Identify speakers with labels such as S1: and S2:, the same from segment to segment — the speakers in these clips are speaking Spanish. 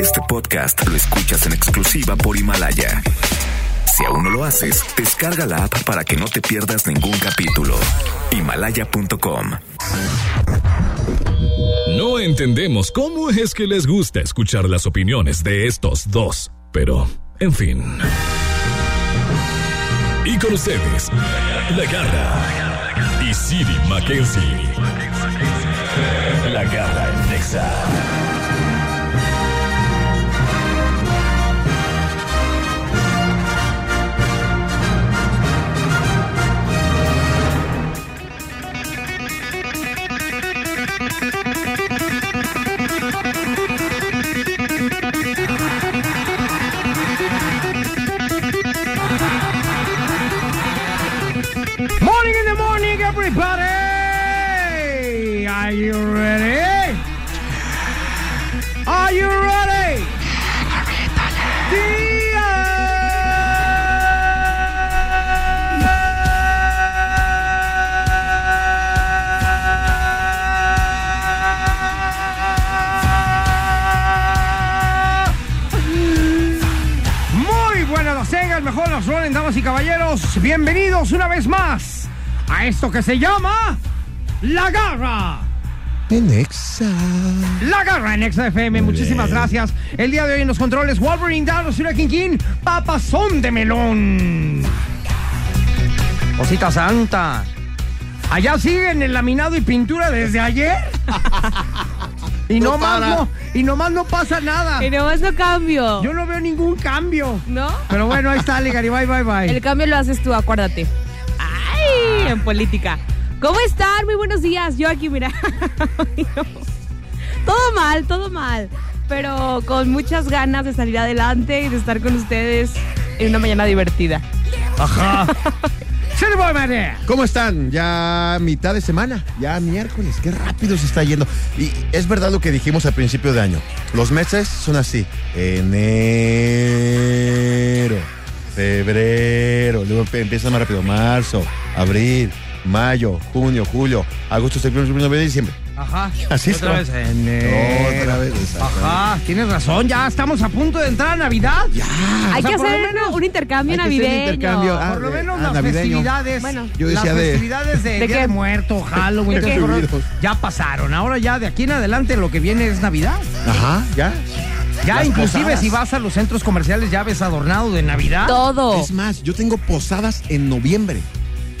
S1: Este podcast lo escuchas en exclusiva por Himalaya. Si aún no lo haces, descarga la app para que no te pierdas ningún capítulo. Himalaya.com.
S2: No entendemos cómo es que les gusta escuchar las opiniones de estos dos, pero, en fin. Y con ustedes, La Garra y Siri Mackenzie. La Garra en Texas.
S3: Morning in the morning, everybody! Are you ready? Are you ready? Muy buenas las tengan, mejor las rolen, damas y caballeros. Bienvenidos una vez más a esto que se llama La Garra. La Garra en XFM. Muchísimas gracias. El día de hoy en los controles, Wolverine Danos, Huracán King, Papazón de Melón. Cosita Santa. Allá siguen el laminado y pintura desde ayer. Y no, más no, y nomás no pasa nada.
S4: Y nomás no cambio.
S3: Yo no veo ningún cambio.
S4: ¿No?
S3: Pero bueno, ahí está, Ligari. Bye, bye, bye.
S4: El cambio lo haces tú, acuérdate. ¡Ay! En política. ¿Cómo están? Muy buenos días. Yo aquí, mira. Ay, no. todo mal, todo mal. Pero con muchas ganas de salir adelante y de estar con ustedes en una mañana divertida.
S3: Ajá. Ah. Se le voy, mané.
S5: ¿Cómo están? Ya mitad de semana, ya miércoles, qué rápido se está yendo. Y es verdad lo que dijimos al principio de año. Los meses son así. Enero, febrero, luego emp- empieza más rápido. Marzo, abril, mayo, junio, julio, agosto, septiembre, octubre, noviembre, diciembre.
S3: Ajá.
S5: Así se
S3: Otra
S5: va.
S3: vez. enero.
S5: Otra vez, exactamente.
S3: Eh, Ajá. Tienes razón, ya estamos a punto de entrar a Navidad. Ya.
S4: Hay
S3: sea,
S4: que
S3: por lo
S4: hacer
S3: menos-
S4: un intercambio
S5: hay que hacer
S4: navideño.
S5: un intercambio. Ah,
S3: Por lo
S5: de-
S3: menos
S5: ah,
S3: las
S5: navideño.
S3: festividades.
S4: Bueno.
S5: Yo
S3: las
S5: decía de-
S3: festividades de,
S4: ¿De
S3: Día
S4: qué?
S3: de Muerto, Halloween,
S4: ¿De qué?
S3: todo eso, ya pasaron. Ahora ya de aquí en adelante lo que viene es Navidad.
S5: Ajá, ya.
S3: Ya
S5: Las
S3: inclusive
S5: posadas.
S3: si vas a los centros comerciales ya ves adornado de Navidad.
S4: Todo.
S5: Es más, yo tengo posadas en noviembre.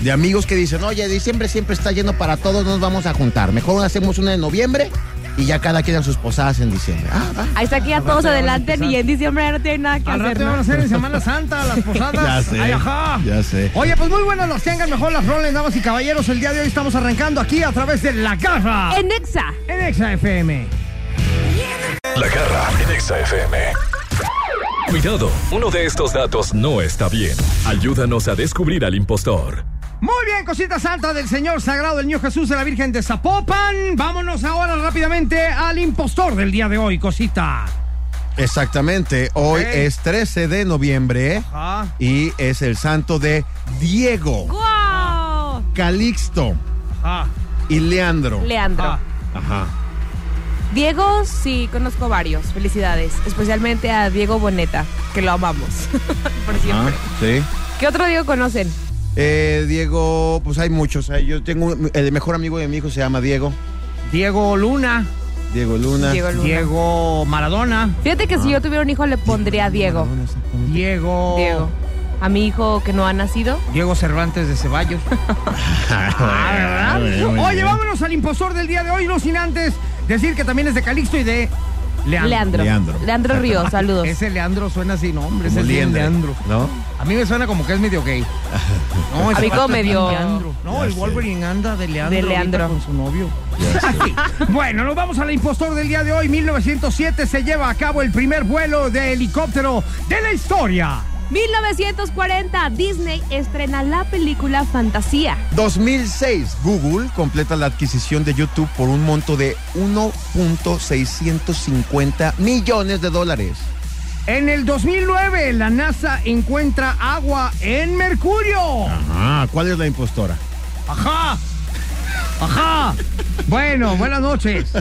S5: De amigos que dicen, oye, diciembre siempre está lleno para todos, nos vamos a juntar. Mejor hacemos una en noviembre y ya cada quien a sus posadas en diciembre. Ah, va.
S4: Ahí está que ya todos adelantan y en diciembre ya no tienen nada que
S3: Al
S4: hacer.
S3: rato
S4: ¿no?
S3: van a ser en Semana Santa las posadas.
S5: Ya sé,
S3: Ay, ajá.
S5: ya sé.
S3: Oye, pues muy buenas las tengan, mejor las roles, damas y caballeros. El día de hoy estamos arrancando aquí a través de La Garra
S4: En Nexa.
S3: en Exa FM.
S2: La Garra en Exa FM. Cuidado, uno de estos datos no está bien. Ayúdanos a descubrir al impostor.
S3: Muy bien, cosita santa del Señor Sagrado, el Niño Jesús de la Virgen de Zapopan. Vámonos ahora rápidamente al impostor del día de hoy, cosita.
S5: Exactamente, hoy
S3: Ok.
S5: es 13 de noviembre
S3: Ah.
S5: y es el santo de Diego,
S4: ¡Wow!
S5: Calixto
S3: Ah,
S5: y Leandro.
S4: Leandro.
S3: ah.
S5: Ajá.
S4: Diego, sí, conozco varios. Felicidades. Especialmente a Diego Boneta, que lo amamos. Por
S5: Ah,
S4: siempre.
S5: sí.
S4: ¿Qué otro Diego conocen?
S5: Eh, Diego, pues hay muchos. Hay- Yo tengo un- el mejor amigo de mi hijo se llama Diego,
S3: Diego Luna,
S5: Diego Luna.
S4: Diego Luna.
S3: Diego Maradona,
S4: Fíjate que
S5: Ah.
S4: si yo tuviera un hijo le pondría Diego.
S5: Luna, exactamente. Oh.
S3: Diego.
S4: Diego. A mi hijo que no ha nacido.
S3: Diego Cervantes de Ceballos. Ah, ¿verdad? Oye, vámonos al impostor del día de hoy, no sin antes decir que también es de Calixto y de Leandro.
S4: Leandro.
S5: Leandro.
S4: Ríos, saludos.
S3: Ese Leandro suena así, no, hombre, ese
S5: Como
S3: es bien
S5: liendre,
S3: Leandro.
S5: ¿No?
S3: A mí me suena como que es medio gay. No, ese
S4: mí como
S3: vato es bien
S4: medio-
S3: Leandro. No,
S5: Ya
S3: el
S5: sé.
S3: Wolverine anda de Leandro,
S4: De Leandro.
S3: ahorita con su novio. Bueno, nos vamos al impostor del día de hoy. 1907 se lleva a cabo el primer vuelo de helicóptero de la historia.
S4: 1940, Disney estrena la película Fantasía.
S5: 2006, Google completa la adquisición de YouTube por un monto de 1.650 millones de dólares.
S3: En el 2009 la NASA encuentra agua en Mercurio.
S5: Ah, ¿cuál es la impostora?
S3: Ajá. Ajá. Bueno, buenas noches.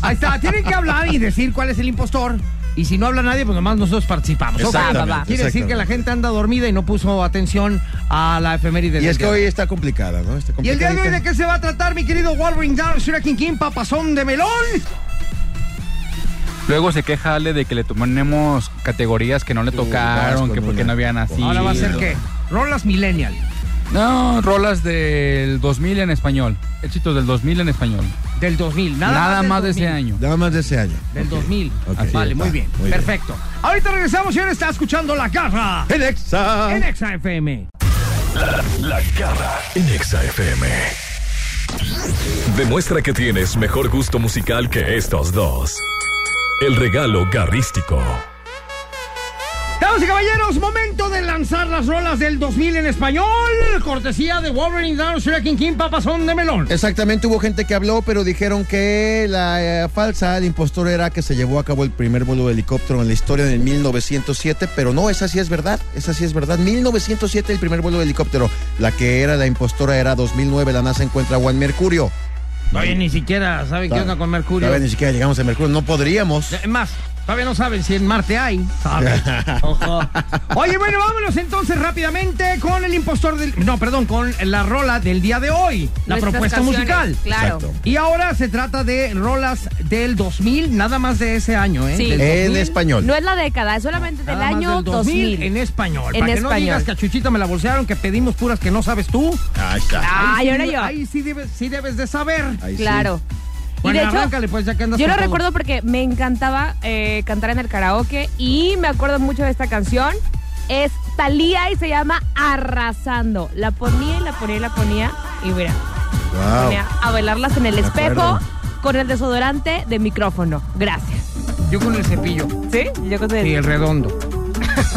S3: Ahí está. Tienen que hablar y decir cuál es el impostor. Y si no habla nadie, pues nomás nosotros participamos. Ok.
S5: Exactamente,
S3: Quiere decir
S5: exactamente.
S3: que la gente anda dormida y no puso atención a la efeméride
S5: Y
S3: del
S5: es que
S3: día.
S5: hoy está complicada, ¿no? Está
S3: ¿Y el día de hoy de qué se va a tratar, mi querido Wolverine Down, Shurakin King, papazón de melón?
S6: Luego se queja Ale de que le tomemos categorías que no le tocaron,
S5: con
S6: que porque
S5: una.
S6: no habían así.
S3: Ahora va a ser qué? Rolas Millennial.
S6: No, rolas del 2000 en español. Éxitos del 2000 en español.
S3: Del 2000. Nada,
S6: Nada,
S3: del
S6: más de ese
S3: 2000.
S6: año.
S5: Nada más de ese año.
S3: Del
S5: Ok.
S3: 2000.
S5: Ok.
S3: Así vale,
S5: está,
S3: muy bien.
S5: muy bien.
S3: Perfecto. Ahorita regresamos, señores. Está escuchando La Garra
S5: El Exa.
S3: en Exa FM.
S2: La garra en Exa FM. Demuestra que tienes mejor gusto musical que estos dos. El regalo garrístico.
S3: Damas y caballeros, momento de lanzar las rolas del 2000 en español. Cortesía de Wolverine Down, Shurakin King, papazón de melón.
S5: Exactamente, hubo gente que habló, pero dijeron que la eh, falsa, el impostor era que se llevó a cabo el primer vuelo de helicóptero en la historia en el 1907, pero no, esa sí es verdad, esa sí es verdad. 1907 el primer vuelo de helicóptero, la que era la impostora era 2009, la NASA encuentra a Juan Mercurio.
S3: Oye, ni siquiera saben qué onda con Mercurio.
S5: Todavía ni siquiera llegamos a Mercurio, no podríamos.
S3: Es más, todavía no saben si en Marte hay. Saben. Ojo. Oye, bueno, vámonos entonces rápidamente con el impostor del. No, perdón, con la rola del día de hoy. La
S4: Nuestras
S3: propuesta
S4: canciones,
S3: musical.
S4: Claro.
S5: Exacto.
S3: Y ahora se trata de rolas del 2000, nada más de ese año, ¿eh?
S4: Sí.
S3: Del
S5: En
S3: 2000,
S5: español.
S4: No es la década, es solamente del
S3: nada más
S4: año
S3: del
S4: 2000.
S3: en español.
S4: En
S3: Para que no
S4: español.
S3: digas que a Chuchita me la bolsearon, que pedimos puras que no sabes tú.
S5: Ahí está.
S4: Ay,
S3: sí,
S4: ahora yo.
S3: Ahí sí debes, sí debes de saber.
S5: Ahí sí.
S4: claro.
S3: Bueno,
S4: y de hecho,
S3: arráncale, pues, ya que andas
S4: yo
S3: con
S4: lo
S3: todo.
S4: recuerdo porque me encantaba eh, cantar en el karaoke y me acuerdo mucho de esta canción. Es Talía y se llama Arrasando. La ponía y la ponía y la ponía y mira,
S5: Wow.
S4: ponía a bailarlas en el espejo
S5: acuerdo.
S4: con el desodorante de micrófono. Gracias.
S3: Yo con el cepillo.
S4: ¿Sí? Yo creo que-
S3: Sí, el redondo.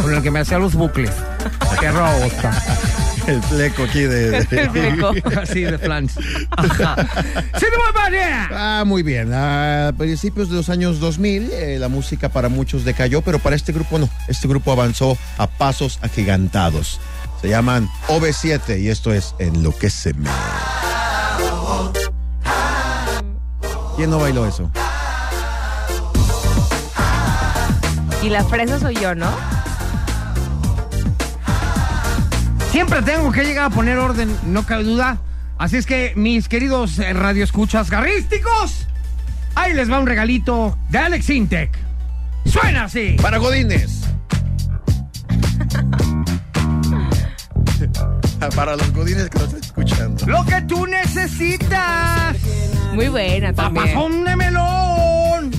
S3: Con el que me hacía los bucles. Qué robo está.
S5: El fleco aquí de...
S4: el fleco.
S3: Así de flans. Ajá. ¡Sí, no más manera!
S5: Ah, muy bien. A principios de los años 2000, eh, la música para muchos decayó, pero para este grupo no. Este grupo avanzó a pasos agigantados. Se llaman OV7 y esto es Enloquéceme. ¿Quién no bailó eso?
S4: Y la fresa soy yo, ¿no?
S3: Siempre tengo que llegar a poner orden, no cabe duda. Así es que, mis queridos eh, radioescuchas garrísticos, ahí les va un regalito de Alex Intec. ¡Suena así!
S5: Para Godines. para los Godines que nos están escuchando.
S3: Lo que tú necesitas.
S4: Muy buena también.
S3: Papazón de melón.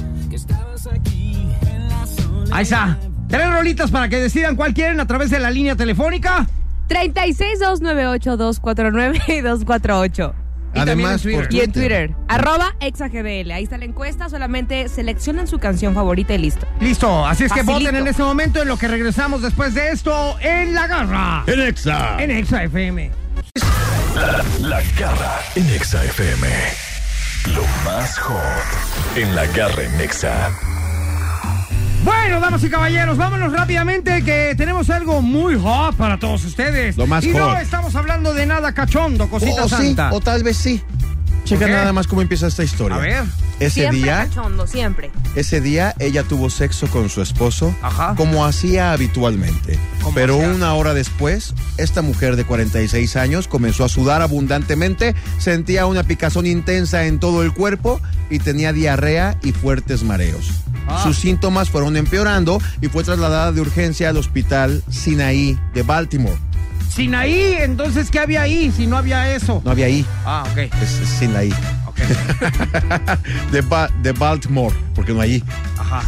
S3: Ahí está. Tres rolitas para que decidan cuál quieren a través de la línea telefónica.
S4: 36298249 y 248.
S3: Y también en
S5: Además,
S3: Twitter.
S5: por
S4: Y en Twitter, arroba exagdl. Ahí está la encuesta, solamente seleccionan su canción favorita y listo.
S3: Listo, así es que
S4: Facilito.
S3: voten en este momento en lo que regresamos después de esto en La Garra.
S5: En Exa.
S3: En Exa FM.
S2: La garra en Exa FM. Lo más hot en la garra en Exa.
S3: Bueno, damas y caballeros, vámonos rápidamente que tenemos algo muy hot para todos ustedes.
S5: Lo más
S3: y no
S5: hot.
S3: estamos hablando de nada cachondo, cosita
S5: o sí,
S3: santa.
S5: o tal vez sí. Checa
S3: Ok.
S5: nada más cómo empieza esta historia.
S3: A ver.
S5: Ese
S4: siempre
S5: día.
S4: cachondo, siempre.
S5: Ese día ella tuvo sexo con su esposo
S3: Ajá.
S5: como hacía habitualmente.
S3: Como
S5: Pero
S3: hacía.
S5: una hora después, esta mujer de 46 años comenzó a sudar abundantemente, sentía una picazón intensa en todo el cuerpo y tenía diarrea y fuertes mareos.
S3: Ah.
S5: Sus síntomas fueron empeorando y fue trasladada de urgencia al hospital Sinaí de Baltimore.
S3: Sin ahí, entonces, ¿qué había ahí si no había eso?
S5: No había I,
S3: Ah, ok.
S5: es, es Sinaí.
S3: Ok.
S5: De, Ba- de Baltimore, porque no hay I.
S3: Ajá.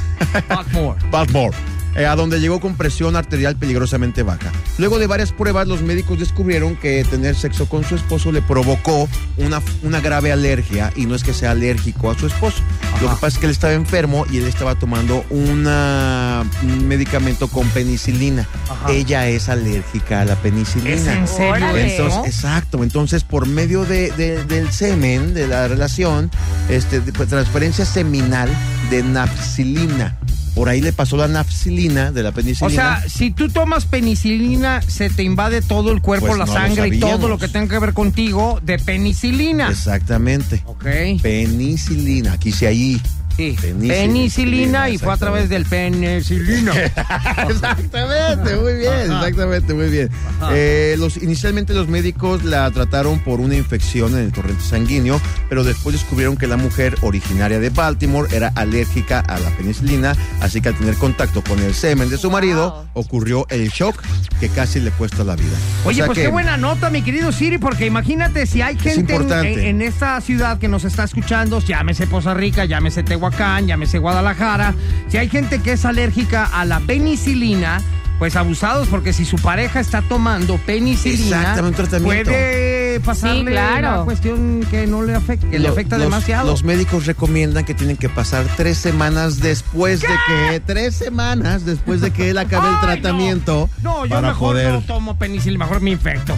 S3: Buckmore.
S5: Baltimore, eh, a donde llegó con presión arterial peligrosamente baja. Luego de varias pruebas, los médicos descubrieron que tener sexo con su esposo le provocó una, una grave alergia, y no es que sea alérgico a su esposo. Lo que pasa es que él estaba enfermo y él estaba tomando una, un medicamento con penicilina.
S3: Ajá.
S5: Ella es alérgica a la penicilina.
S3: ¿Es en serio
S4: Órale.
S3: eso?
S5: Entonces, exacto. Entonces, por medio de- de- del semen, de la relación, este, de- pues, transferencia seminal de nafcilina. Por ahí le pasó la nafcilina de la
S3: O
S5: penicilina.
S3: sea, si tú tomas penicilina, se te invade todo el cuerpo,
S5: Pues
S3: la
S5: no lo
S3: sangre y todo
S5: sabíamos.
S3: lo que tenga que ver contigo de penicilina.
S5: exactamente.
S3: Ok.
S5: Penicilina, aquí sí ahí.
S3: Sí.
S5: Penicilina,
S3: Penicilina y fue a través del penicilina.
S5: Exactamente, muy bien, exactamente, muy bien. Eh, los, inicialmente los médicos la trataron por una infección en el torrente sanguíneo, pero después descubrieron que la mujer originaria de Baltimore era alérgica a la penicilina, así que al tener contacto con el semen de su marido ocurrió el shock que casi le cuesta la vida. O
S3: Oye,
S5: sea
S3: pues
S5: que-
S3: qué buena nota, mi querido Siri, porque imagínate si hay gente en,
S5: importante.
S3: en- en esta ciudad que nos está escuchando, llámese Poza Rica, llámese Tehuacán, llámese Guadalajara, si hay gente que es alérgica a la penicilina, pues abusados, porque si su pareja está tomando penicilina,
S5: Exactamente, un tratamiento.
S3: puede pasarle
S4: Sí, claro.
S3: una cuestión que no le afecta, que le
S5: Lo-
S3: afecta
S5: los-
S3: demasiado.
S5: Los médicos recomiendan que tienen que pasar tres semanas después de que tres semanas después de que él acabe el
S3: Ay,
S5: tratamiento
S3: No, No, yo
S5: para
S3: mejor
S5: poder
S3: no tomo penicilina, mejor me infecto.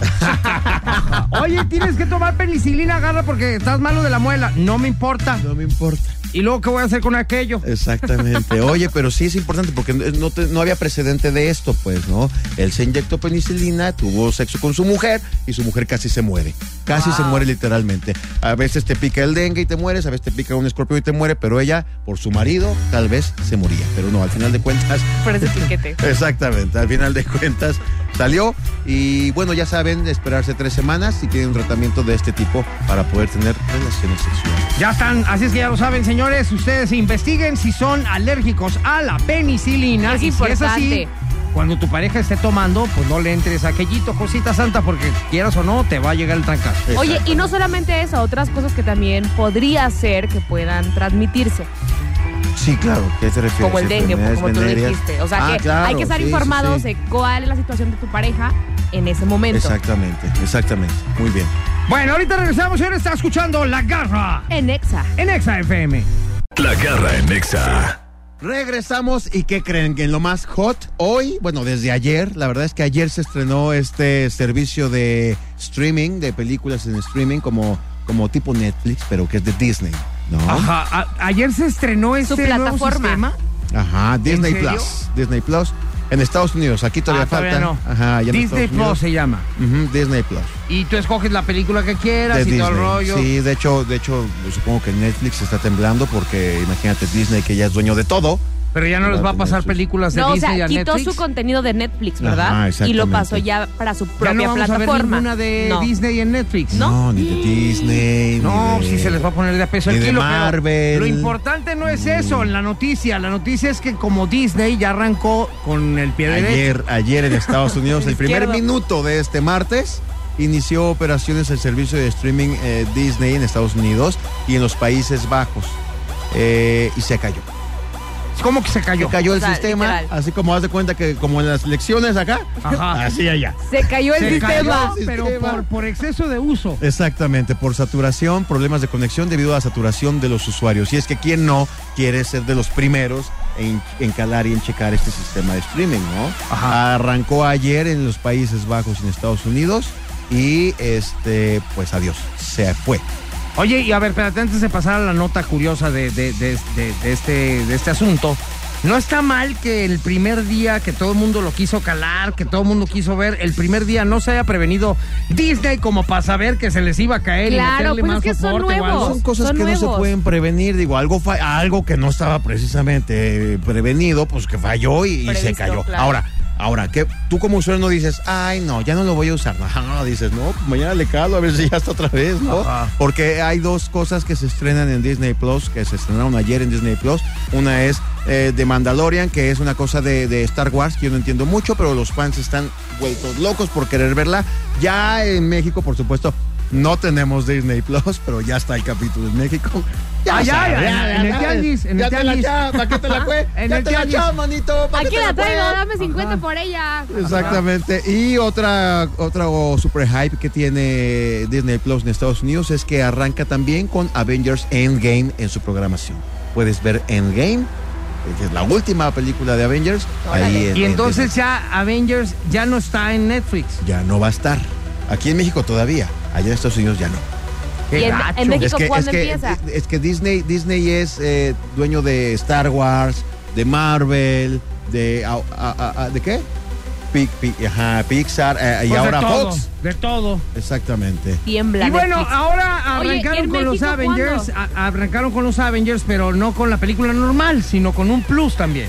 S3: Oye, tienes que tomar penicilina, agarra porque estás malo de la muela. No me importa.
S5: No me importa.
S3: ¿Y luego qué voy a hacer con aquello?
S5: Exactamente. Oye, pero sí es importante porque no, te- no había precedente de esto, pues, ¿no? Él se inyectó penicilina, tuvo sexo con su mujer y su mujer casi se muere. Casi se muere literalmente. A veces te pica el dengue y te mueres, a veces te pica un escorpión y te muere, pero ella, por su marido, tal vez se moría. Pero no, al final de cuentas,
S4: Por ese piquete.
S5: Exactamente, al final de cuentas salió y bueno, ya saben, esperarse tres semanas y tienen un tratamiento de este tipo para poder tener relaciones sexuales.
S3: Ya están, así es que ya lo saben, señores. Ustedes investiguen si son alérgicos a la penicilina.
S4: Es
S3: y si es así,
S4: importante.
S3: cuando tu pareja esté tomando, pues no le entres a aquellito, cosita santa, porque quieras o no, te va a llegar el trancazo.
S4: Oye, y no solamente eso, otras cosas que también podría ser que puedan transmitirse,
S5: Sí, claro, ¿qué te refieres?
S4: como el dengue,
S5: Enfermedades
S4: como tú
S5: venéreas.
S4: dijiste. O sea
S5: Ah,
S4: que
S5: claro,
S4: hay que estar
S5: sí, sí,
S4: informados
S5: sí.
S4: de cuál es la situación de tu pareja en ese momento.
S5: Exactamente, exactamente. Muy bien.
S3: Bueno, ahorita regresamos, señores. Está escuchando La Garra
S4: En Exa.
S3: en Exa FM.
S2: La garra en Nexa.
S5: Regresamos y ¿qué creen? Que en lo más hot hoy, bueno, desde ayer, la verdad es que ayer se estrenó este servicio de streaming, de películas en streaming como, como tipo Netflix, pero que es de Disney, ¿no? Ah,
S3: Ajá, a- ayer se estrenó este
S4: Su
S3: nuevo
S4: plataforma.
S3: sistema.
S5: Ajá, Disney
S3: serio?
S5: Plus. Disney Plus. En Estados Unidos, aquí todavía
S3: Ah,
S5: falta.
S3: no.
S5: Ajá, ya en
S3: Disney
S5: Estados
S3: Plus
S5: Unidos.
S3: se llama.
S5: Ujú, Disney Plus.
S3: Y tú escoges la película que quieras
S5: de
S3: y todo el
S5: Disney.
S3: rollo.
S5: Sí, de hecho, de hecho, yo supongo que Netflix está temblando porque imagínate Disney que ya es dueño de todo.
S3: Pero ya no les va a pasar películas de
S4: No, o
S3: Disney
S4: sea,
S3: a
S4: quitó
S3: Netflix.
S4: su contenido de Netflix,
S5: Ajá,
S4: ¿verdad? y lo
S5: exactamente.
S4: pasó ya para su
S3: ya
S4: propia
S3: no vamos
S4: plataforma.
S3: a ver ninguna de
S4: No.
S3: Disney en Netflix.
S4: No.
S5: ni de Disney.
S3: No,
S5: ni de-
S3: si se les va a poner de a peso
S5: ni
S3: el
S5: de
S3: kilo. pero
S5: Marvel.
S3: Lo importante no es eso, la noticia. La noticia es que como Disney ya arrancó con el pie derecho.
S5: Ayer, ayer en Estados Unidos, el primer
S4: Izquierdo.
S5: minuto de este martes, inició operaciones el servicio de streaming eh, Disney en Estados Unidos y en los Países Bajos. Eh, y se cayó.
S3: ¿Cómo que se
S5: Se
S3: cayó?
S5: cayó el
S4: O sea,
S5: sistema,
S4: literal.
S5: así como haz de cuenta que como en las elecciones acá,
S3: Ajá.
S5: así allá.
S4: Se cayó el
S3: Se
S4: sistema.
S3: cayó, pero
S5: Ah, Sistema.
S3: por, por exceso de uso.
S5: Exactamente, por saturación, problemas de conexión debido a la saturación de los usuarios. Y es que quien no quiere ser de los primeros en, en calar y en checar este sistema de streaming, ¿no?
S3: Ajá.
S5: Arrancó ayer en los Países Bajos y en Estados Unidos y este, pues adiós, se fue.
S3: Oye, y a ver, espérate, antes de pasar a la nota curiosa de, de- de- de- de este, de este asunto, ¿no está mal que el primer día que todo el mundo lo quiso calar, que todo el mundo quiso ver, el primer día no se haya prevenido Disney como para saber que se les iba a caer
S4: Claro,
S3: y meterle
S4: pues
S3: más
S4: es que son
S3: soporte o algo?
S4: nuevos.
S5: Son cosas
S4: son
S5: que no se
S4: nuevos.
S5: pueden prevenir, digo, algo, fa- algo que no estaba precisamente eh, prevenido, pues que falló y, y se
S4: Previsto,
S5: cayó.
S4: claro.
S5: Ahora, ahora, que tú como usuario no dices, ay no, ya no lo voy a usar. No, dices, no, mañana le calo a ver si ya está otra vez, ¿no?
S3: Ajá.
S5: Porque hay dos cosas que se estrenan en Disney Plus, que se estrenaron ayer en Disney Plus. Una es eh, The Mandalorian, que es una cosa de, de Star Wars que yo no entiendo mucho, pero los fans están vueltos locos por querer verla. Ya en México, por supuesto, no tenemos Disney Plus, pero ya está el capítulo en México.
S3: Ah, ya,
S5: sabes,
S3: ya, en el
S5: sabes.
S3: tianguis, en
S5: Ya
S3: el
S5: te la
S3: tianguis.
S5: ya, ¿pa' qué te la fue?
S3: En
S5: Ya
S3: el
S5: te la
S3: tianguis.
S5: ya, manito, ¿pa' qué
S4: Aquí
S5: te
S4: la traigo,
S5: fue?
S4: dame 50 por ella.
S5: Exactamente. Y otra, otra oh, super hype que tiene Disney Plus en Estados Unidos es que arranca también con Avengers Endgame en su programación. Puedes ver Endgame, que es la última película de Avengers. ahí en-
S3: Y
S5: en
S3: entonces ya Avengers ya no está en Netflix.
S5: Disney. ya no va a estar. Aquí en México todavía, allá en Estados Unidos ya no.
S3: Qué
S4: Y en-
S3: gacho.
S4: en México-
S5: Es que, es,
S4: ¿cuándo
S5: que,
S4: empieza?
S5: es que Disney, Disney es eh, dueño de Star Wars, de Marvel, de... a- a- a- a- ¿De qué? Pi- pi- ajá, Pixar eh, y
S3: Pues
S5: ahora
S3: de todo,
S5: Fox.
S3: De todo.
S5: Exactamente.
S4: Tiembla.
S3: Y bueno, ah,
S4: Netflix.
S3: ahora
S4: Oye, ¿y
S3: arrancaron
S4: en
S3: con los
S4: México
S3: Avengers,
S4: cuándo?
S3: a- arrancaron con los Avengers, pero no con la película normal, sino con un plus también.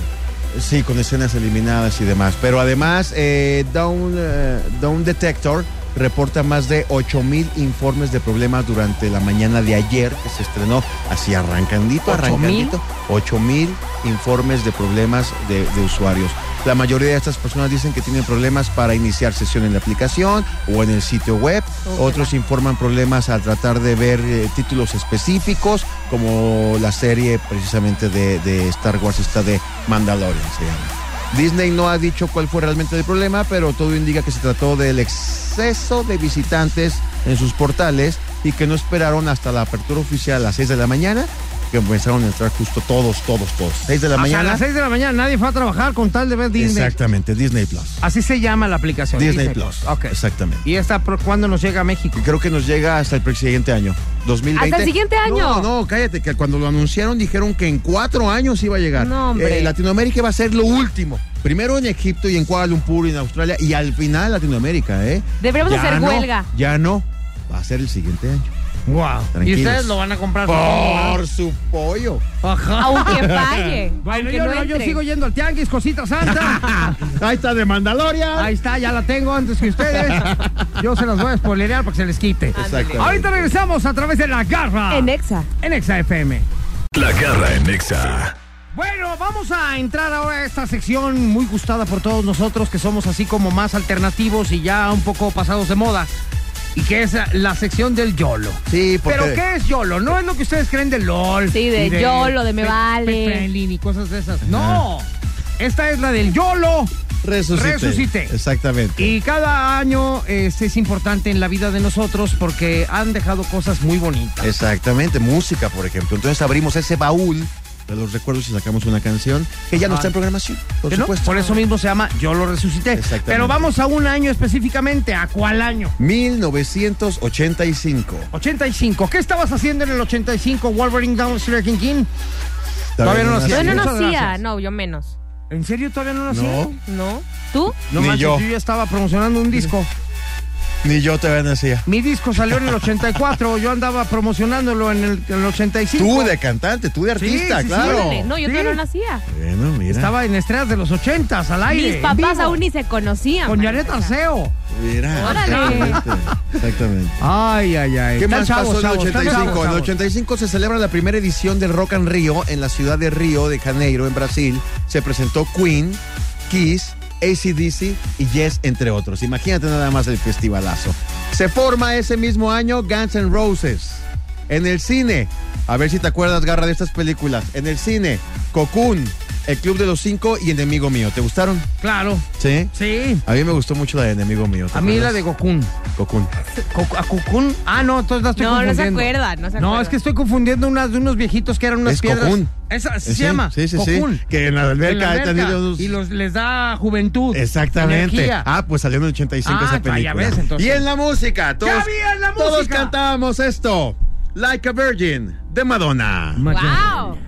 S5: Sí, con escenas eliminadas y demás. Pero además, eh, Down, eh, Down Detector reporta más de 8000 informes de problemas durante la mañana de ayer que se estrenó. Así arrancandito,
S3: ¿Ocho mil?
S5: arrancandito. 8000 informes de problemas de, de usuarios. La mayoría de estas personas dicen que tienen problemas para iniciar sesión en la aplicación o en el sitio web.
S4: Todo
S5: Otros informan problemas al tratar de ver eh, títulos específicos, como la serie precisamente de, de Star Wars, esta de Mandalorian se llama. Disney no ha dicho cuál fue realmente el problema, pero todo indica que se trató del exceso de visitantes en sus portales y que no esperaron hasta la apertura oficial a las 6 de la mañana, que empezaron a entrar justo todos, todos, todos. 6 de la
S3: Hasta
S5: mañana.
S3: las 6 de la mañana nadie fue a trabajar con tal de ver Disney.
S5: Exactamente, Disney Plus.
S3: Así se llama la aplicación.
S5: Disney Plus.
S3: Ok.
S5: Exactamente.
S3: ¿Y esta por cuándo nos llega a México?
S5: Y creo que nos llega hasta el siguiente año. 2020.
S4: ¿Hasta el siguiente año?
S5: No, no, cállate, que cuando lo anunciaron dijeron que en cuatro años iba a llegar.
S4: No, hombre.
S5: Eh, Latinoamérica va a ser lo último. Primero en Egipto y en Kuala Lumpur y en Australia y al final Latinoamérica, ¿eh?
S4: Deberíamos
S5: Ya
S4: hacer
S5: no,
S4: huelga.
S5: Ya no. Va a ser el siguiente año.
S3: Wow.
S5: Tranquilos.
S3: ¿Y ustedes lo van a comprar?
S5: Por su pollo.
S3: Ajá.
S4: Aunque falle.
S3: Bueno,
S4: aunque
S3: yo,
S4: no
S3: no, yo
S4: entre.
S3: sigo yendo al tianguis, cosita santa.
S5: Ahí está de Mandalorian.
S3: Ahí está, ya la tengo antes que ustedes. Yo se las voy a spoilerear para que se les quite.
S5: Exactamente.
S3: Ahorita regresamos a través de la garra.
S4: En Exa.
S3: en Exa FM.
S2: La garra en Exa.
S3: Bueno, vamos a entrar ahora a esta sección muy gustada por todos nosotros que somos así como más alternativos y ya un poco pasados de moda. Y que es la sección del YOLO.
S5: Sí, porque-
S3: ¿Pero qué es YOLO? No es lo que ustedes creen del LOL.
S4: Sí, de
S3: y
S4: YOLO, de me
S3: Pe-
S4: vale.
S3: Pe- Pelín y cosas de esas. No. Esta es la del YOLO.
S5: Resucité.
S3: Resucité.
S5: Exactamente.
S3: Y cada año este, es importante en la vida de nosotros porque han dejado cosas muy bonitas.
S5: Exactamente, música, por ejemplo. Entonces abrimos ese baúl de los recuerdos y sacamos una canción que ya no
S3: Ah.
S5: está en programación, por
S3: ¿Sí, no?
S5: supuesto.
S3: Por eso mismo se llama Yo lo resucité.
S5: Exactamente.
S3: Pero vamos a un año específicamente. ¿A cuál año?
S5: 1985.
S3: 85. ¿Qué estabas haciendo en el 85, Wolverine Down King King? Todavía
S5: Todavía
S3: no
S5: no
S3: nacía.
S4: Yo
S5: nací.
S4: no
S3: Muchas
S4: nacía.
S3: gracias.
S4: No, yo menos.
S3: ¿En serio todavía no nací?
S5: No,
S4: ¿No? ¿Tú?
S3: No
S5: Ni
S3: manches,
S5: yo.
S3: ya estaba promocionando un disco.
S5: ni yo todavía nacía.
S3: Mi disco salió en el 84, yo andaba promocionándolo en el, en el 85.
S5: Tú de ¿eh? cantante, tú de artista,
S3: sí, sí,
S5: claro.
S4: Órale, No, yo
S3: Sí.
S4: todavía no nacía.
S5: Bueno, mira.
S3: Estaba en estrellas de los 80 al aire.
S4: Mis
S3: en
S4: papás
S3: vivo,
S4: aún ni se conocían.
S3: Con
S4: man.
S3: Janet Arceo.
S5: Mira.
S4: Órale.
S5: Exactamente. Exactamente.
S3: Ay, ay, ay.
S5: ¿Qué
S3: Están
S5: más
S3: chavos,
S5: pasó en el
S3: chavos, están
S5: 85?
S3: chavos,
S5: En el
S3: chavos.
S5: 85 se celebra la primera edición del Rock and Rio en la ciudad de Río de Janeiro, en Brasil. Se presentó Queen, Kiss, ACDC y Yes, entre otros. Imagínate nada más el festivalazo. Se forma ese mismo año Guns N' Roses. En el cine, a ver si te acuerdas, Garra, de estas películas. En el cine, Cocoon, El Club de los Cinco y Enemigo Mío. ¿Te gustaron?
S3: Claro.
S5: Sí.
S3: Sí.
S5: A mí me gustó mucho la de Enemigo Mío. ¿te
S3: A mí la
S5: acuerdas?
S3: de Gokun.
S5: Cocoon.
S3: Co- ¿A Cocoon? Ah, no, entonces la estoy
S4: No, no se
S3: confundiendo.
S4: acuerda, no se
S3: No,
S4: acuerda.
S3: es que estoy confundiendo unas de unos viejitos que eran unas
S5: Es
S3: piedras.
S5: Cocoon.
S3: Esa así
S5: Sí,
S3: se llama.
S5: Sí, sí,
S3: Cocoon.
S5: sí. Que en la
S3: En la
S5: alberca he
S3: alberca.
S5: tenido unos-
S3: Y los, les da juventud.
S5: Exactamente.
S3: energía.
S5: Ah, pues salió en el 85
S3: Ah,
S5: esa
S3: ya
S5: película.
S3: ves, entonces.
S5: Y en la música, todos,
S3: había en la
S5: todos
S3: música.
S5: cantábamos esto. Like a Virgin de Madonna.
S4: ¡Wow!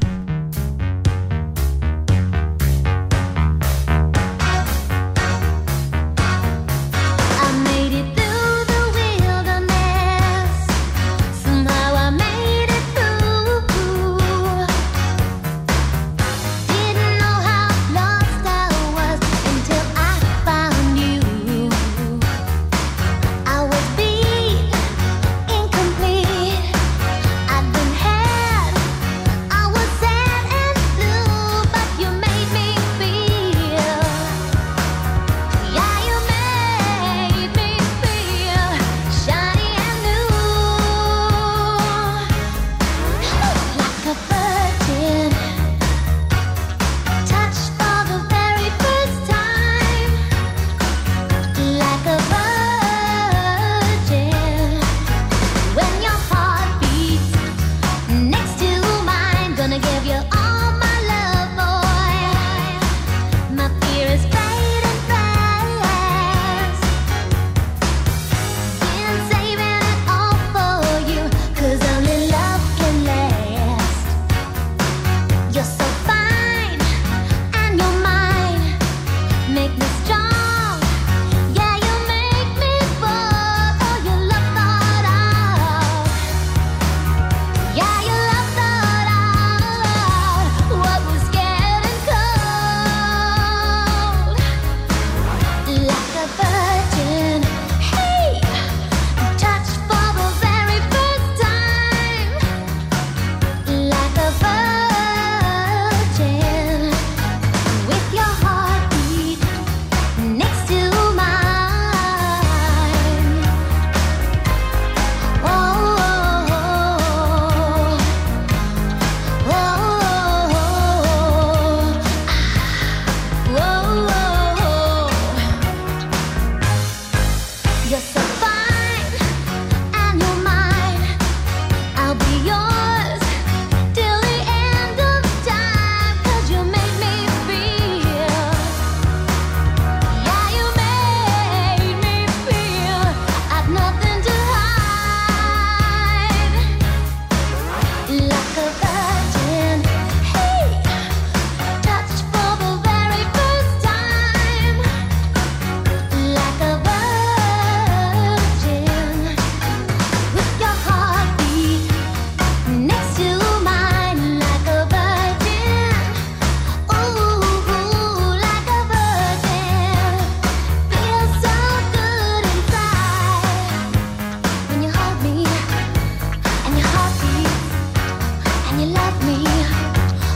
S7: I made it through the wilderness. Somehow I made it through. Didn't know how lost I was until I found you. I was beat, incomplete. I've been had. I was Oh,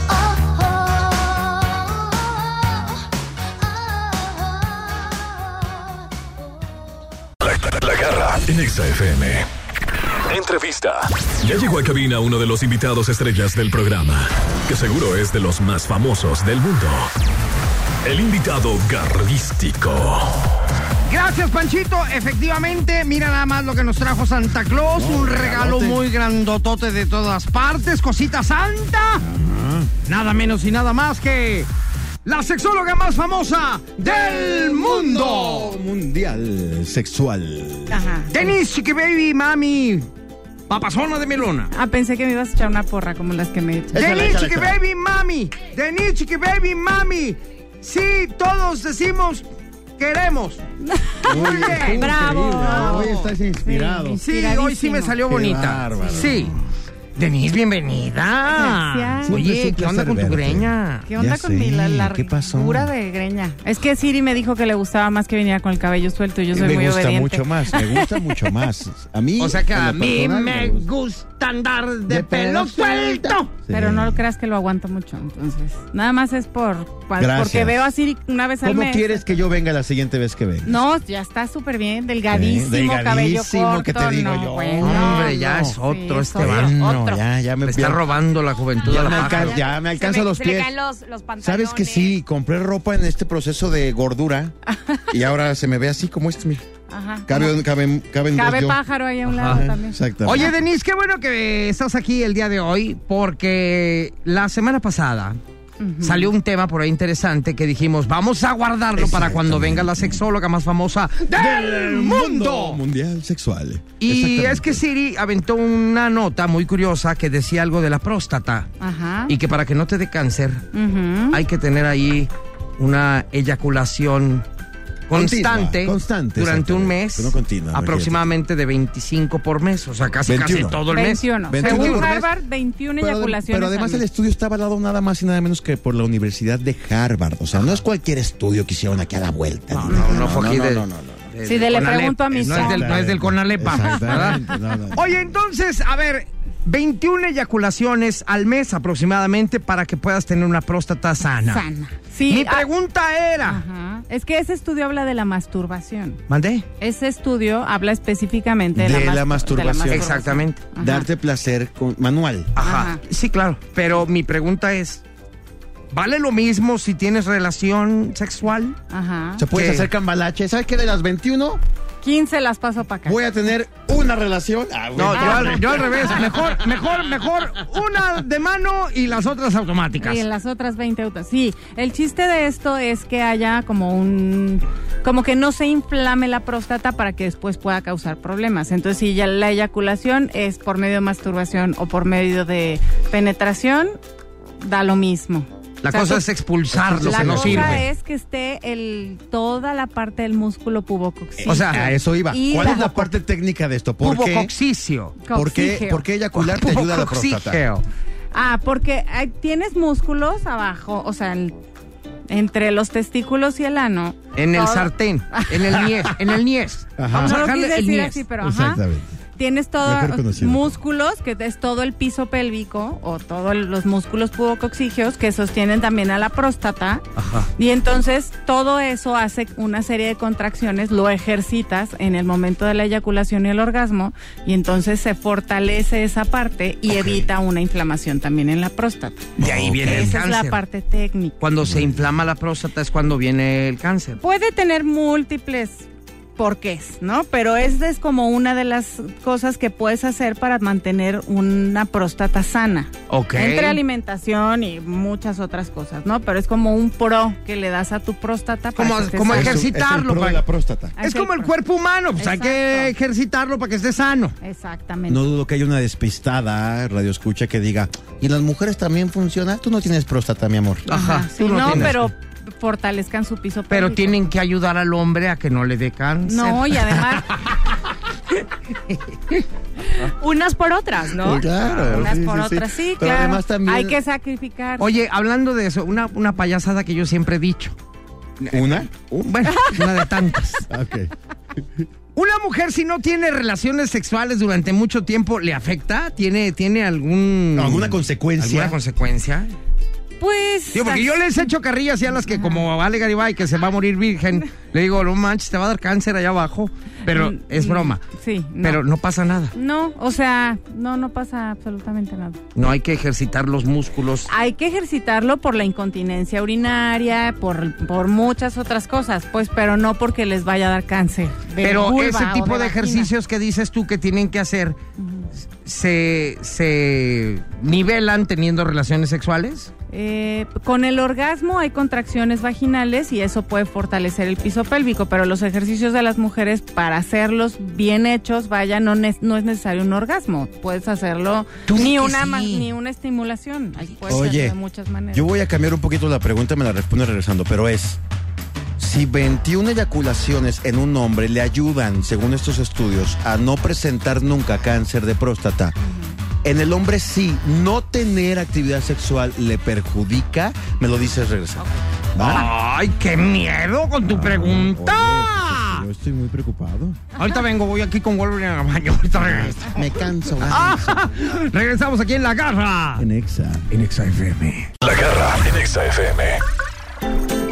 S7: Oh, oh,
S2: en Exa FM. Entrevista. Ya llegó a cabina uno de los invitados estrellas del programa, que seguro es de los más famosos del mundo. El invitado garrístico.
S3: Gracias, Panchito. Efectivamente, mira nada más lo que nos trajo Santa Claus. un regalo muy grandotote de todas partes. Cosita santa. Nada menos y nada más que la sexóloga más famosa del mundo.
S7: Mundial sexual.
S8: Ajá.
S3: Denis Chiqui Baby, mami. Papazona de melona.
S8: Ah, pensé que me ibas a echar una porra como las que me echas.
S7: Échala,
S3: Denis
S7: échala,
S3: Chiqui
S7: échala.
S3: Baby, mami. Denis Chiqui Baby, mami. Sí, todos decimos queremos. Muy bien.
S8: Bravo.
S5: Hoy estás inspirado.
S3: Sí, hoy sí me salió
S5: Qué
S3: bonita.
S5: bárbaro.
S3: Sí. Denise, bienvenida.
S8: Gracias.
S7: Siempre es
S3: Oye,
S7: un
S3: ¿qué onda
S7: placer
S3: con tu
S7: verte.
S3: greña?
S8: ¿Qué onda
S7: Ya
S8: con mi la,
S7: sé,
S8: la
S7: ¿qué pasó?
S8: cura de greña? Es que Siri me dijo que le gustaba más que viniera con el cabello suelto y yo soy
S7: me
S8: muy
S7: gusta
S8: obediente.
S7: mucho más, me gusta mucho más. A mí.
S3: O sea que
S7: en lo
S3: a mí
S7: personal,
S3: me
S7: gusta.
S3: gusta andar de pelo suelto.
S7: Sí.
S8: Pero no creas que lo aguanto mucho, entonces. Nada más es por pa-
S5: Gracias.
S8: porque veo a Siri una vez al
S5: ¿Cómo
S8: mes.
S5: quieres que yo venga la siguiente vez que venga?
S8: No, ya está súper bien, delgadísimo, cabello corto.
S5: delgadísimo, ¿qué te digo
S8: no,
S5: yo?
S8: bueno,
S3: Hombre, ya
S8: no.
S3: es otro
S8: Sí,
S3: este
S8: otro,
S3: van,
S5: No,
S8: otro.
S5: ya, ya me,
S3: Me está
S5: ya-
S3: robando la juventud
S5: ya
S3: a la
S5: me
S3: pájara.
S5: alcanza, ya me alcanza
S8: Se me-
S5: los
S8: se
S5: pies.
S8: le caen los, los pantalones.
S5: ¿Sabes que sí? Compré ropa en este proceso de gordura y ahora se me ve así como este. mira.
S8: Ajá.
S5: Cabe, cabe, caben dos
S8: Cabe
S5: yo.
S8: pájaro ahí a un
S3: Ajá.
S8: lado también.
S5: Exactamente.
S3: Oye, Denise, qué bueno que estás aquí el día de hoy, porque la semana pasada salió un tema por ahí interesante que dijimos, vamos a guardarlo para cuando venga la sexóloga más famosa del mundo.
S5: mundial sexual.
S3: Y
S5: Exactamente.
S3: es que Siri aventó una nota muy curiosa que decía algo de la próstata
S8: Ajá.
S3: y que para que no te dé cáncer
S8: Ujú.
S3: hay que tener ahí una eyaculación
S5: Continua,
S3: constante,
S5: constante,
S3: durante un
S5: exactamente,
S3: mes,
S5: pero continua,
S3: aproximadamente de 25 por mes, o sea, casi, casi
S5: 21.
S3: todo el mes.
S8: 21.
S5: 21
S8: Según
S5: por mes.
S8: Harvard, 21
S5: Pero, adem-
S8: eyaculaciones.
S5: pero además
S8: al
S5: el
S8: mes.
S5: estudio está avalado nada más y nada menos que por la Universidad de Harvard. O sea, no es cualquier estudio que hicieron aquí a la vuelta.
S3: No,
S5: ni
S3: no,
S5: nada.
S3: no fue aquí de-
S5: no, no, no, no.
S3: Eh,
S8: Sí,
S3: del
S8: de le
S3: Conalep.
S8: pregunto a mis
S3: No es del, no es del Conalepa, ¿verdad?
S5: Exactamente, no, no.
S3: Oye, entonces, a ver, 21 eyaculaciones al mes aproximadamente para que puedas tener una próstata sana.
S8: Sana. Sí,
S3: Mi
S8: ah,
S3: pregunta era,
S8: ajá. Es que ese estudio habla de la masturbación.
S3: ¿mandé?
S8: Ese estudio habla específicamente de,
S5: De la
S8: mas-
S5: masturbación.
S3: Exactamente.
S8: Ajá.
S5: Darte placer con manual.
S3: Ajá.
S8: Ajá.
S3: Sí, claro. Pero mi pregunta es, ¿vale lo mismo si tienes relación sexual?
S8: Ajá.
S5: Se puedes
S3: ¿Qué?
S5: hacer cambalache. ¿Sabes qué? De las 21
S8: 15 las paso para acá.
S5: voy a tener una relación. Ah,
S3: No,
S5: bueno.
S3: yo, al, yo al revés. Mejor, mejor, mejor una de mano y las otras automáticas.
S8: Y en las otras 20 autos. Sí, el chiste de esto es que haya como un... Como que no se inflame la próstata para que después pueda causar problemas. Entonces, si ya la eyaculación es por medio de masturbación o por medio de penetración, da lo mismo.
S3: La
S8: O sea,
S3: cosa
S8: tú-
S3: es expulsar lo
S8: la
S3: que no
S8: cosa
S3: sirve.
S8: es que esté el toda la parte del músculo pubocoxil.
S3: O sea,
S5: A eso iba.
S8: Y
S5: ¿Cuál
S8: la-
S5: es la parte técnica de esto? ¿Por qué?
S3: Pubocoxicio.
S5: ¿Por qué,
S8: Coxígeo.
S5: por qué eyacular te ayuda a la
S3: Pubocoxigeo.
S5: próstata?
S8: Ah, porque ah, tienes músculos abajo, o sea, el- entre los testículos y el ano.
S3: En el
S8: Todo-
S3: sartén, en el niés, en el niés. Vamos
S8: No
S3: a
S8: lo
S3: dejarle
S8: quise
S3: el
S8: decir
S3: niés.
S8: así, pero ajá.
S5: Exactamente.
S8: Tienes
S5: Mejor
S8: todos
S5: conocido.
S8: músculos, que es todo el piso pélvico, o todos los músculos pubocoxígeos que sostienen también a la próstata.
S3: Ajá.
S8: Y entonces todo eso hace una serie de contracciones, lo ejercitas en el momento de la eyaculación y el orgasmo, y entonces se fortalece esa parte y evita una inflamación también en la próstata.
S3: De ahí viene el
S8: Esa es la
S3: cáncer.
S8: parte técnica.
S3: Cuando se inflama la próstata es cuando viene el cáncer.
S8: Puede tener múltiples porqués, ¿no? Pero esta es como una de las cosas que puedes hacer para mantener una próstata sana.
S3: Ok.
S8: Entre alimentación y muchas otras cosas, ¿no? Pero es como un pro que le das a tu próstata. para
S3: Como-
S8: que esté
S3: como
S8: sana.
S5: Es un- Es el
S3: Ejercitarlo,
S5: pro de
S3: pa-
S5: la próstata.
S8: Ahí
S3: Es
S8: está
S3: como el
S8: pro.
S3: cuerpo humano, pues hay que
S8: Exacto.
S3: ejercitarlo para que esté sano.
S8: Exactamente.
S5: No dudo que haya una despistada radio escucha que diga, ¿y en las mujeres también funciona? Tú no tienes próstata, mi amor.
S3: Ajá.
S8: Sí,
S3: tú no
S8: no,
S3: tienes.
S8: pero fortalezcan su piso
S3: Pero
S8: pélvico.
S3: tienen que ayudar al hombre a que no le dé cáncer.
S8: No, y además. unas por otras, ¿no?
S5: Sí, claro,
S8: Unas
S5: sí,
S8: por
S5: sí, sí.
S8: otras, sí,
S5: Pero
S8: claro.
S5: además también-
S8: Hay que sacrificar.
S3: Oye, hablando de eso, una, una payasada que yo siempre he dicho. uh,
S5: ¿Una?
S3: Bueno, una de tantas.
S5: Ok.
S3: Una mujer si no tiene relaciones sexuales durante mucho tiempo, ¿le afecta? ¿Tiene, tiene algún...
S8: Mm.
S5: ¿Alguna consecuencia?
S3: ¿Alguna consecuencia?
S8: Pues.
S3: Digo, porque yo les echo carrilla así a las que como Ale Garibay, que se va a morir virgen, le digo, no manches, te va a dar cáncer allá abajo, pero
S8: Mm,
S3: es
S8: mm,
S3: broma.
S8: Sí. no.
S3: Pero no pasa nada.
S8: No, o sea, no, no pasa absolutamente nada.
S3: No hay que ejercitar los músculos.
S8: Hay que ejercitarlo por la incontinencia urinaria, por, por muchas otras cosas, pues, pero no porque les vaya a dar cáncer. de
S3: Pero
S8: vulva
S3: ese
S8: o
S3: tipo de,
S8: vagina.
S3: ejercicios que dices tú que tienen que hacer, ¿se, se nivelan teniendo relaciones sexuales?
S8: Eh, con el orgasmo hay contracciones vaginales y eso puede fortalecer el piso pélvico, pero los ejercicios de las mujeres para hacerlos bien hechos, vaya, no, ne- no es necesario un orgasmo. Puedes hacerlo
S3: Tú di
S8: ni
S3: que
S8: una,
S3: sí.
S8: ma- ni una estimulación. Ahí puedes
S5: Oye,
S8: hacerlo de muchas maneras.
S5: Yo voy a cambiar un poquito la pregunta, me la responde regresando, pero es, si 21 eyaculaciones en un hombre le ayudan, según estos estudios, a no presentar nunca cáncer de próstata, en el hombre sí, no tener actividad sexual le perjudica, me lo dices regresando. ¿Va?
S3: ¡Ay, qué miedo con tu pregunta!
S5: Oye, pues, yo estoy muy preocupado.
S3: Ahorita vengo, voy aquí con Wolverine al baño. Ahorita regreso.
S5: Me canso.
S3: Regresamos aquí en la garra.
S5: Ah, En Exa.
S3: En XFM.
S9: La garra en Exa FM.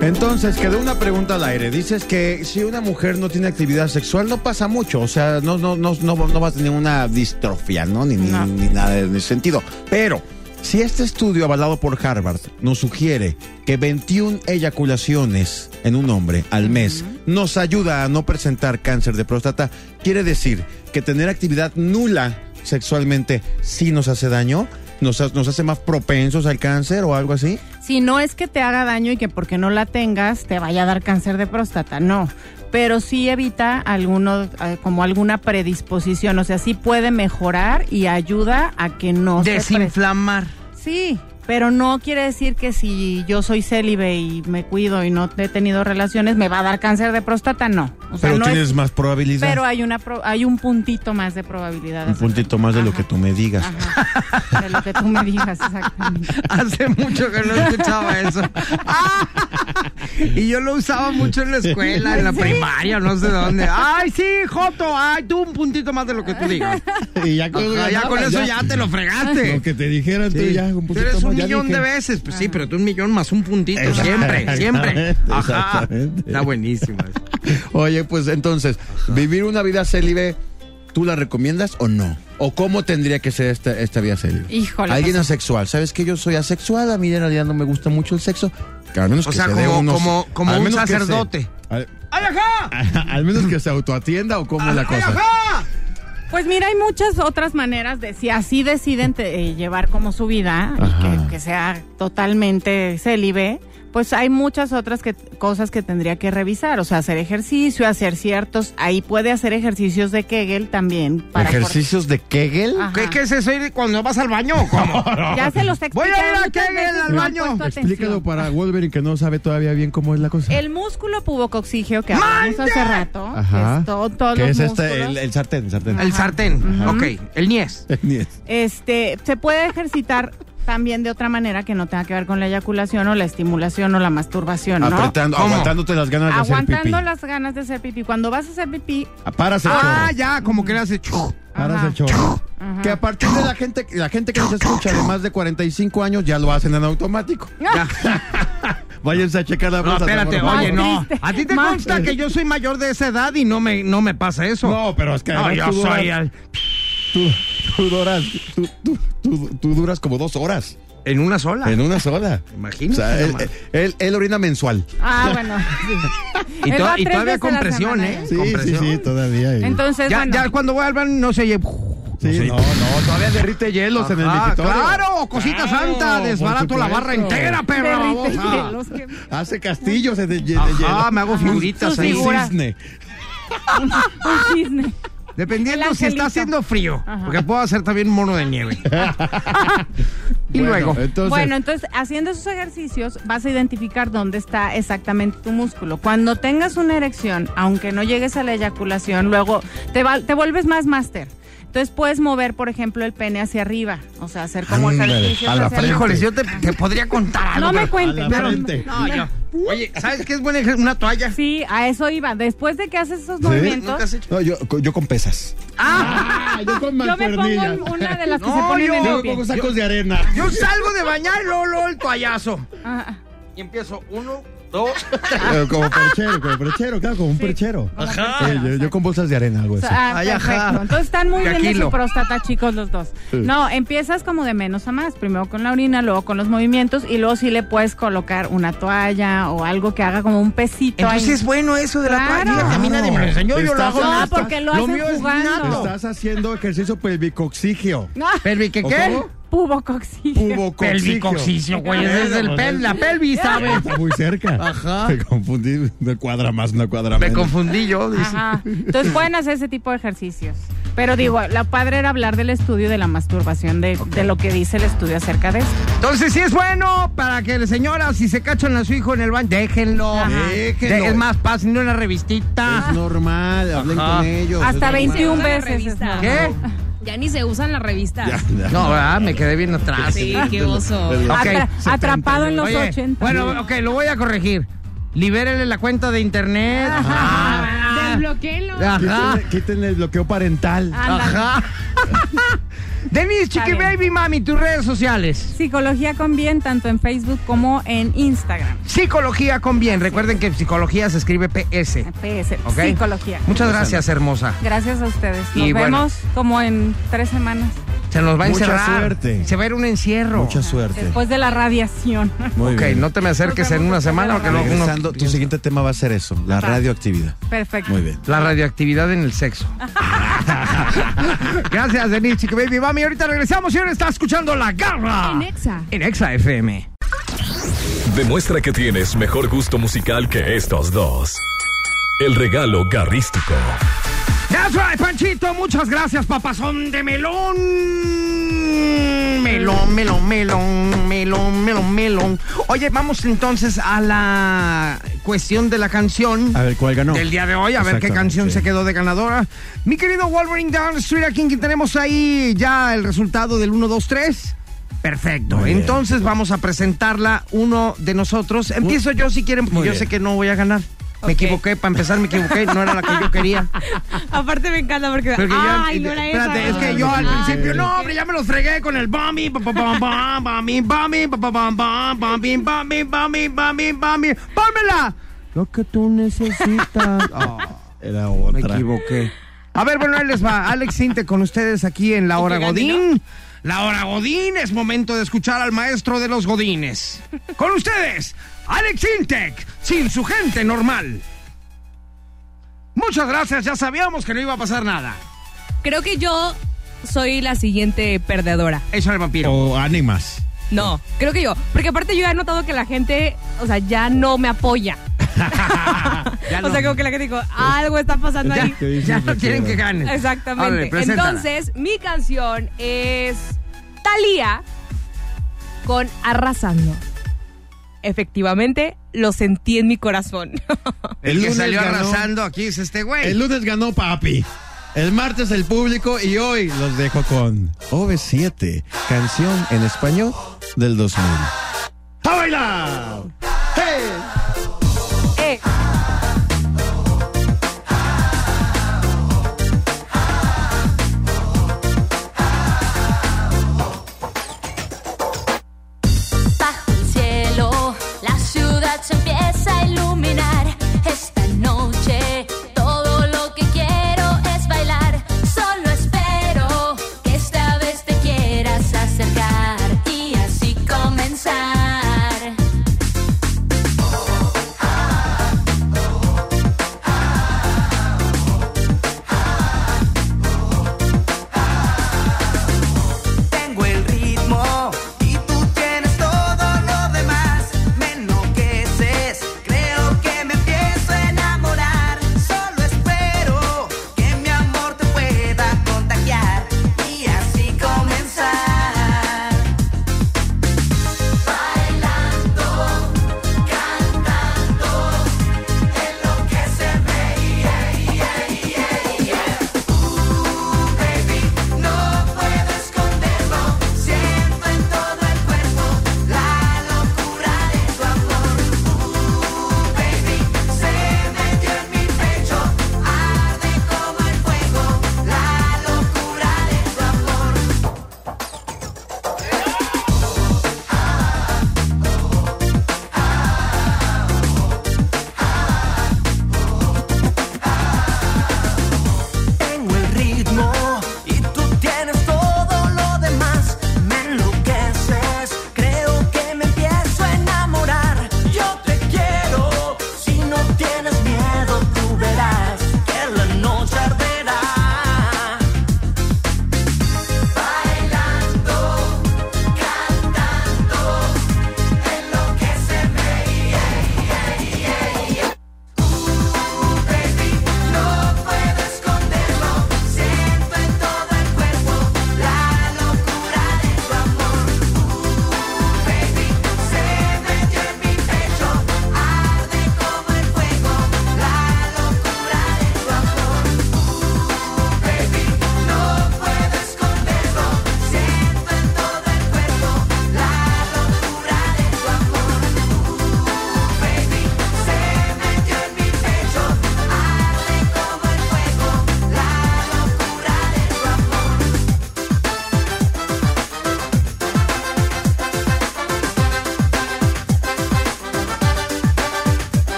S5: Entonces, quedó una pregunta al aire. Dices que si una mujer no tiene actividad sexual, no pasa mucho. O sea, no, no, no, no, no va a tener una distrofia, ¿no? Ni, ni-
S8: No.
S5: ni nada en ese sentido. Pero, si este estudio avalado por Harvard nos sugiere que 21 eyaculaciones en un hombre al mes nos ayuda a no presentar cáncer de próstata, quiere decir que tener actividad nula sexualmente sí nos hace daño. ¿Nos, ha- ¿Nos hace más propensos al cáncer o algo así?
S8: Si no es que te haga daño y que porque no la tengas te vaya a dar cáncer de próstata, no. Pero sí evita alguno, eh, como alguna predisposición, o sea, sí puede mejorar y ayuda a que no se pres-
S3: Desinflamar.
S8: Sí, pero no quiere decir que si yo soy célibe y me cuido y no he tenido relaciones, me va a dar cáncer de próstata, no. O sea,
S5: Pero
S8: no es-
S5: tienes más probabilidad.
S8: pero hay, una pro- hay un puntito más de probabilidad. de
S5: Un
S8: hacerlo.
S5: puntito más de lo
S8: Ajá.
S5: que tú me digas.
S8: Ajá. De lo que tú me digas, exactamente.
S3: Hace mucho que no escuchaba eso. Ah, y yo lo usaba mucho en la escuela, en la primaria, no sé dónde. Ay, sí, Joto. Ay, tú un puntito más de lo que tú digas.
S5: Y pues ya
S3: Ajá, ya con eso ya te lo fregaste.
S5: que te dijeran tú
S3: Sí.
S5: ya un
S3: Tú
S5: poquito
S3: eres un
S5: más, ya
S3: millón
S5: dije.
S3: de veces, pues sí, pero tú un millón más un puntito, siempre,
S5: Exactamente,
S3: siempre. Ajá.
S5: exactamente.
S3: Está buenísimo. eso.
S5: Oye, pues entonces, vivir una vida célibe, ¿tú la recomiendas o no? ¿O cómo tendría que ser esta, esta vida célibe?
S8: Híjole.
S5: Alguien
S8: pues,
S5: asexual, ¿sabes que yo soy asexual? A mí en realidad no me gusta mucho el sexo. Que al menos
S3: O
S5: que
S3: sea,
S5: se dé
S3: como-
S5: unos-
S3: como- como
S5: al
S3: un
S5: menos que se-
S3: sacerdote.
S5: al,
S3: ¡Ay, ajá!
S5: al menos que se autoatienda o cómo es la
S3: ¡Ay,
S5: cosa.
S3: ajá!
S8: Pues mira, hay muchas otras maneras de si así deciden te- eh, llevar como su vida y
S5: Ajá.
S8: que, que sea totalmente célibe, pues hay muchas otras que, cosas que tendría que revisar, o sea, hacer ejercicio, hacer ciertos, ahí puede hacer ejercicios de Kegel también para
S5: ¿Ejercicios de Kegel?
S8: Ajá.
S3: ¿Qué, ¿Qué es eso ir cuando vas al baño o cómo?
S8: Ya se los explico.
S3: Voy a ir a Kegel al baño.
S5: Explícalo para Wolverine que no sabe todavía bien cómo es la cosa.
S8: El músculo pubocoxígeo que hablamos hace rato, que es todo, todos
S5: ¿Qué
S8: los
S5: es este?
S8: músculos.
S5: El, el sartén, sartén.
S3: El sartén. Ok, el niés.
S5: Ni es.
S8: Este, se puede ejercitar también de otra manera que no tenga que ver con la eyaculación o la estimulación o la masturbación, ¿no?
S5: Apretando,
S3: ¿Cómo?
S5: aguantándote las ganas de hacer
S8: Aguantando
S5: pipí.
S8: las ganas de hacer pipí. Cuando vas a hacer pipí,
S5: Paras el
S3: Ah,
S5: chorro.
S3: ya, como que le hace. chu.
S5: Paras
S8: Ajá.
S5: el chorro. Que a partir de la gente, la gente que nos escucha de más de 45 años ya lo hacen en automático.
S3: Ya.
S5: Váyanse a checar la
S3: No,
S5: plaza,
S3: espérate,
S5: por favor.
S3: oye, no.
S8: triste,
S3: A ti te
S8: más
S3: consta que yo soy mayor de esa edad y no me, no me pasa eso.
S5: No, pero es que
S3: No,
S5: además
S3: yo
S5: tú
S3: soy.
S5: duras,
S3: al-
S5: tú, tú duras, tú, tú- tú- tú duras como dos horas
S3: En una sola.
S8: Ah.
S5: en una sola. O
S3: Imagínate.
S5: sea, él,
S3: nomás.
S5: él- él orina mensual.
S8: ah, bueno. sí.
S3: y,
S8: Él
S3: to-
S8: va
S3: y
S8: tres
S3: todavía
S8: veces a la
S3: con presión,
S8: semana,
S3: ¿eh?
S8: ¿eh?
S3: Sí, compresión.
S5: todavía. y-
S8: Entonces,
S3: Ya,
S8: bueno,
S3: ya cuando voy al baño no se lleva.
S5: Sí, no, no, todavía derrite hielos en el
S3: Ah,
S5: migitorio.
S3: claro, cosita
S5: Claro,
S3: santa,
S5: por
S3: desbarato la
S5: supuesto.
S3: barra entera, perra.
S8: derrite
S3: babosa.
S8: hielos, que-
S5: Hace castillos de, de- de
S3: Ajá,
S5: hielo.
S3: me hago figuritas
S8: Sus
S3: ahí.
S8: figuras.
S5: Un cisne.
S8: un cisne.
S3: Dependiendo
S8: El
S3: si está
S8: angelito.
S3: haciendo frío,
S8: Ajá.
S3: porque puedo hacer también mono de nieve. y
S5: Bueno,
S3: luego,
S5: Entonces,
S8: bueno, entonces haciendo esos ejercicios vas a identificar dónde está exactamente tu músculo. Cuando tengas una erección, aunque no llegues a la eyaculación, luego te, va- te vuelves más máster. Entonces puedes mover, por ejemplo, el pene hacia arriba, o sea, hacer como
S5: Ándale,
S8: ejercicios
S5: a la
S8: hacia arriba.
S3: híjoles, yo te, te podría contar algo.
S8: No me
S3: pero-
S8: cuentes.
S5: A la frente.
S3: No, yo, Oye, ¿sabes qué es buen ejercicio? Una toalla.
S8: Sí, a eso iba. Ah, Después de que haces esos movimientos,
S10: No, yo, yo con pesas.
S11: Ah, yo con
S8: yo me pongo
S11: mancuernilla.
S8: un- una de las que
S3: No,
S8: se ponen
S3: yo-
S8: en
S11: Yo
S8: el
S11: me
S8: pie.
S11: pongo sacos de arena.
S3: Yo salgo de bañar, Lolo, el toallazo.
S8: Ah,
S3: Y empiezo uno, dos.
S11: Eh, Como perchero, como perchero, claro, como un perchero.
S8: con la
S11: Eh,
S8: tercera,
S11: yo, yo con bolsas de arena, algo así.
S8: Ah,
S3: Ay, ajá.
S8: perfecto. Entonces están muy
S3: De
S8: bien de
S3: aquilo.
S8: su próstata, chicos, los dos. No, empiezas como de menos a más. Primero con la orina, luego con los movimientos y luego sí le puedes colocar una toalla o algo que haga como un pesito. ahí.
S3: Entonces es bueno eso de la
S8: Claro.
S3: toalla. Fíjate, a mí nadie me lo enseñó, yo lo
S11: Estás-
S3: hago.
S8: No, porque lo
S3: Lo
S8: hacen
S3: mío es
S8: jugando.
S3: nato.
S11: Estás haciendo ejercicio pelvicoxigio.
S8: No,
S3: ¿Pelvi qué qué?
S11: ¿Cómo? Ah,
S8: pubocoxigio.
S11: Pubocoxigio.
S3: Pelvicoxicio, güey. ese Es el pel, la pelvis, ¿sabes?
S11: Está muy cerca.
S3: Ajá.
S11: Me confundí. Una cuadra más, una cuadra
S3: Me
S11: menos.
S3: confundí yo. dice.
S8: Ajá. Entonces pueden hacer ese tipo de ejercicios. Pero digo, la padre era hablar del estudio de la masturbación, de, de lo que dice el estudio acerca de esto.
S3: Entonces sí es bueno para que la señora, si se cachan a su hijo en el baño, déjenlo.
S8: Ajá.
S3: De- Es más, pásenle una revistita.
S10: Es normal, hablen
S3: Ajá.
S10: con ellos.
S8: Hasta
S10: es normal.
S8: 21
S4: Una
S8: veces. es
S4: revista.
S8: normal.
S3: ¿Qué?
S4: Ya ni se usan las revistas.
S3: No, ¿verdad? Me quedé bien atrás.
S4: Sí, qué oso.
S3: Ok.
S8: Atra- atrapado en los
S3: Oye,
S8: 80.
S3: Bueno, ok, lo voy a corregir. Libérele la cuenta de internet. Ajá.
S4: Ah, Desbloquéenlo.
S3: Ajá.
S11: Quítenle, quítenle el bloqueo parental.
S8: Ándale.
S3: Ajá. Denise,
S8: Está
S3: Chiqui
S8: bien.
S3: Baby Mami, tus redes sociales.
S8: Psicología con bien, tanto en Facebook como en Instagram.
S3: Psicología con bien. Recuerden que psicología se escribe PS.
S8: PS,
S3: Ok.
S8: Psicología.
S3: Muchas gracias, hermosa.
S8: Gracias a ustedes. Nos
S3: Y bueno.
S8: vemos como en tres semanas,
S3: Se nos va a
S11: Mucha
S3: encerrar.
S11: suerte.
S3: Se va a ir un encierro.
S10: Mucha suerte.
S8: después de la radiación.
S10: Muy
S3: ok,
S10: bien.
S3: no te me acerques en una semana porque luego uno-
S10: Regresando, tu siguiente tema va a ser eso, la radioactividad.
S8: Perfecto.
S10: Muy bien.
S3: La radioactividad en el sexo. Gracias, Denise, Chiqui Baby Mami. Ahorita regresamos y ahora está escuchando La Garra.
S4: En Exa.
S3: En Exa FM.
S2: Demuestra que tienes mejor gusto musical que estos dos. El regalo garrístico.
S3: That's right, Panchito. Muchas gracias, papazón de melón. Melón, melón, melón, melón, melón, melón. Oye, vamos entonces a la cuestión de la canción.
S11: A ver, ¿cuál ganó?
S3: Del día de hoy, a ver qué
S11: Exactamente,
S3: canción
S11: sí.
S3: se quedó de ganadora. Mi querido Wolverine Down Street, aquí que tenemos ahí ya el resultado del 1, 2, 3. Perfecto.
S11: Muy bien.
S3: Entonces vamos a presentarla uno de nosotros. Empiezo yo si quieren, porque
S11: Muy
S3: yo
S11: bien.
S3: sé que no voy a ganar. Me
S4: Ok.
S3: equivoqué, para empezar me equivoqué, no era la que yo quería.
S4: Aparte me encanta porque.
S3: Porque yo-
S4: Ay, no era
S3: espérate,
S4: esa.
S3: es que yo al
S4: Ay,
S3: principio, no, hombre, ya me lo fregué con el bambi, pa, pa, pam, pam, bambi, bambi, pa, pa, pam, pam, bambi, bambi, bambi, bambi, bambi, ¡pónmela! Lo que tú necesitas. Oh,
S11: Era
S3: me
S11: otra.
S3: equivoqué. A ver, bueno, ahí les va. Alex Sinte con ustedes aquí en La Hora Godín. La Hora Godín es momento de escuchar al maestro de los Godines. Con ustedes, Alex Intec, sin su gente normal. Muchas gracias, ya sabíamos que no iba a pasar nada.
S4: Creo que yo soy la siguiente perdedora.
S3: Échale vampiro.
S11: O ánimas.
S4: No, creo que yo. Porque aparte yo ya he notado que la gente, o sea, ya no me apoya.
S3: Ya
S4: o
S3: no.
S4: sea, como que la gente dijo, algo está pasando ahí.
S11: ¿Qué dices,
S3: Ya no
S11: Raquel?
S3: quieren que ganen. Órale,
S4: Exactamente.
S3: preséntala.
S4: Entonces, mi canción es Thalía con Arrasando. Efectivamente, lo sentí en mi corazón.
S11: El
S3: el que
S11: lunes
S3: salió
S11: ganó.
S3: arrasando aquí es este güey.
S11: El lunes ganó papi. El martes el público y hoy los dejo con
S5: OV7, canción en español del 2000.
S11: ¡A bailar! ¡Hey!
S4: Eh,
S7: Bajo el cielo, la ciudad se empieza a iluminar. Esta noche, todo lo que quiero es bailar. Solo espero que esta vez te quieras acercar y así comenzar. Uh,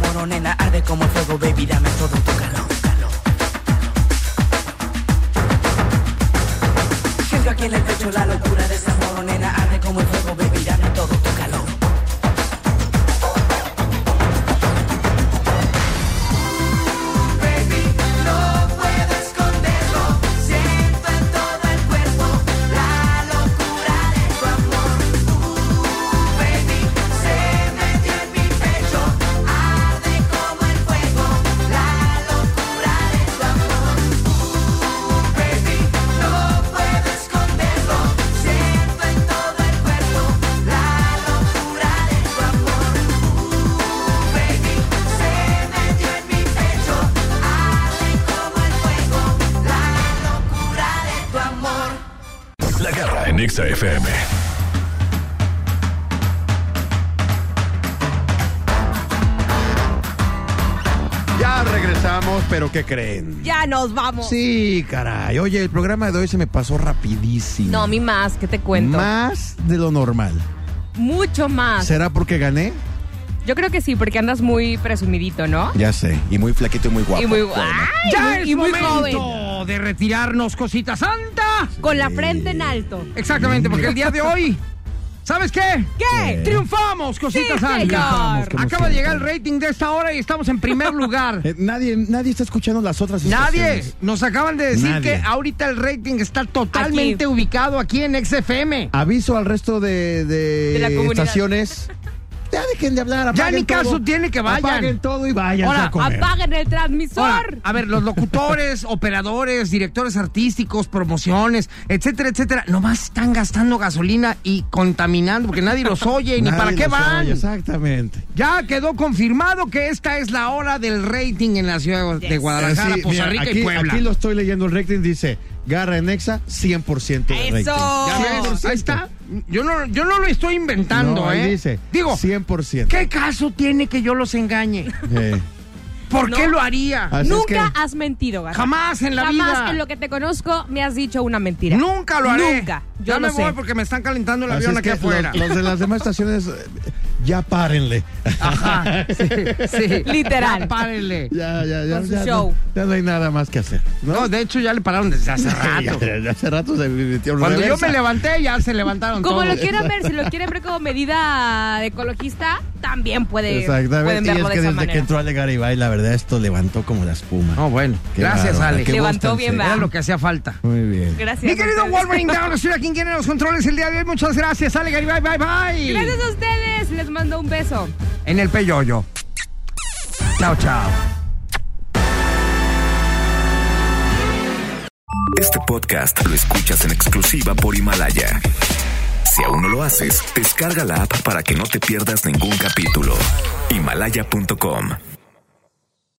S12: mano, nena, arde como el fuego, baby, dame todo tu calor. calor. Siento aquí en el pecho la locura de esa mano, nena, arde como el fuego, baby, dame todo tu calor. Baby, no puedo esconderlo, siento en todo el cuerpo la locura de tu amor. Baby, se metió en mi pecho, arde como el fuego, la locura de tu amor. Baby, no puedo esconderlo, siento en todo el cuerpo la locura de tu amor. Baby, se metió en mi pecho, arde como el fuego, la locura de tu amor.
S2: La garra en Exa FM.
S5: Ya regresamos, pero ¿qué creen?
S4: Ya nos vamos.
S5: Sí, caray. Oye, el programa de hoy se me pasó rapidísimo.
S4: No, mi más, ¿qué te cuento?
S5: Más de lo normal.
S4: Mucho
S3: Ah.
S4: más.
S5: ¿Será porque gané?
S4: Yo creo que sí, porque andas muy presumidito, ¿no?
S5: Ya sé. Y muy flaquito y muy guapo.
S4: Y muy,
S5: Bueno.
S4: ¡Ay!
S3: Ya
S4: y
S3: es
S4: muy- y muy
S3: momento
S4: joven.
S3: de retirarnos, cosita santa.
S4: Con la frente en alto.
S3: Exactamente, porque el día de hoy, ¿sabes qué?
S4: ¿Qué?
S3: Triunfamos, cosita
S4: Sí,
S3: santa.
S4: señor.
S3: Acaba de llegar el rating de esta hora y estamos en primer lugar.
S10: Eh, nadie, nadie está escuchando las otras
S3: Nadie.
S10: estaciones.
S3: Nos acaban de decir
S10: Nadie.
S3: que ahorita el rating está totalmente
S4: Aquí.
S3: ubicado aquí en XFM.
S10: Aviso al resto de, de
S4: De la comunidad.
S10: estaciones. Ya dejen de hablar.
S3: Ya
S10: apaguen
S3: ni caso
S10: todo.
S3: tiene que vayan.
S10: Apaguen todo y vayan
S3: Ahora,
S10: a comer.
S4: Apaguen el transmisor.
S3: Ahora, ah, a ver, los locutores, operadores, directores artísticos, promociones, etcétera, etcétera, nomás están gastando gasolina y contaminando porque nadie los oye ni
S10: Nadie
S3: para qué
S10: los
S3: van.
S10: oye, exactamente.
S3: Ya quedó confirmado que esta es la hora del rating en la ciudad de Guadalajara,
S10: Eh, Sí,
S3: Poza
S10: mira,
S3: Rica
S10: aquí,
S3: y Puebla.
S10: aquí lo estoy leyendo el rating, dice Garra en Exa, 100% de rating.
S4: Eso.
S3: Ya ves, Ahí está. Yo no, yo no lo estoy inventando,
S10: No, ahí
S3: ¿eh?
S10: dice
S3: Digo,
S10: 100%.
S3: ¿qué caso tiene que yo los engañe?
S10: Eh,
S3: ¿Por qué lo haría?
S10: así es
S4: Nunca
S10: que-
S4: has mentido, Garra.
S3: Jamás en la
S4: Jamás
S3: vida.
S4: en lo que te conozco me has dicho una mentira.
S3: Nunca lo haré.
S4: Nunca. Yo
S3: ya
S4: lo
S3: me
S4: sé.
S3: voy porque me están calentando el
S10: así
S3: avión
S10: es
S3: aquí
S10: que
S3: afuera.
S10: Los, los de las demás estaciones, eh, ya párenle.
S3: Ajá. Sí, sí.
S4: Literal.
S3: Ya párenle.
S10: Ya, ya, ya.
S4: Con su
S10: ya,
S4: show.
S10: No, ya no hay nada más que hacer.
S3: No, de hecho ya le pararon desde hace rato.
S10: Ya- ya hace rato se metieron
S3: Cuando yo
S10: reversa.
S3: me levanté, ya se levantaron
S4: Como
S3: todos.
S4: lo quieran ver, si lo quieren ver como medida de ecologista, también puede,
S10: Exactamente.
S4: pueden
S10: Y es
S4: verlo
S10: que
S4: de esa
S10: desde que
S4: manera.
S10: entró Ale Garibay, la verdad, esto levantó como la espuma.
S3: No, bueno.
S10: Qué
S3: Gracias,
S10: bárbaro,
S3: Ale.
S10: qué
S4: Levantó
S10: voz tan
S4: bien,
S10: seria.
S3: Era
S4: va.
S3: lo que hacía falta.
S10: Muy bien.
S4: Gracias.
S3: Mi querido
S4: a ustedes.
S3: Wolverine Down, estoy aquí en los controles el día de hoy. Muchas gracias, Ale Garibay. Bye, bye.
S4: Gracias a ustedes. Les mando un beso.
S3: En el peyoyo. Chao, chao.
S1: Este podcast lo escuchas en exclusiva por Himalaya. Si aún no lo haces, descarga la app para que no te pierdas ningún capítulo. Himalaya.com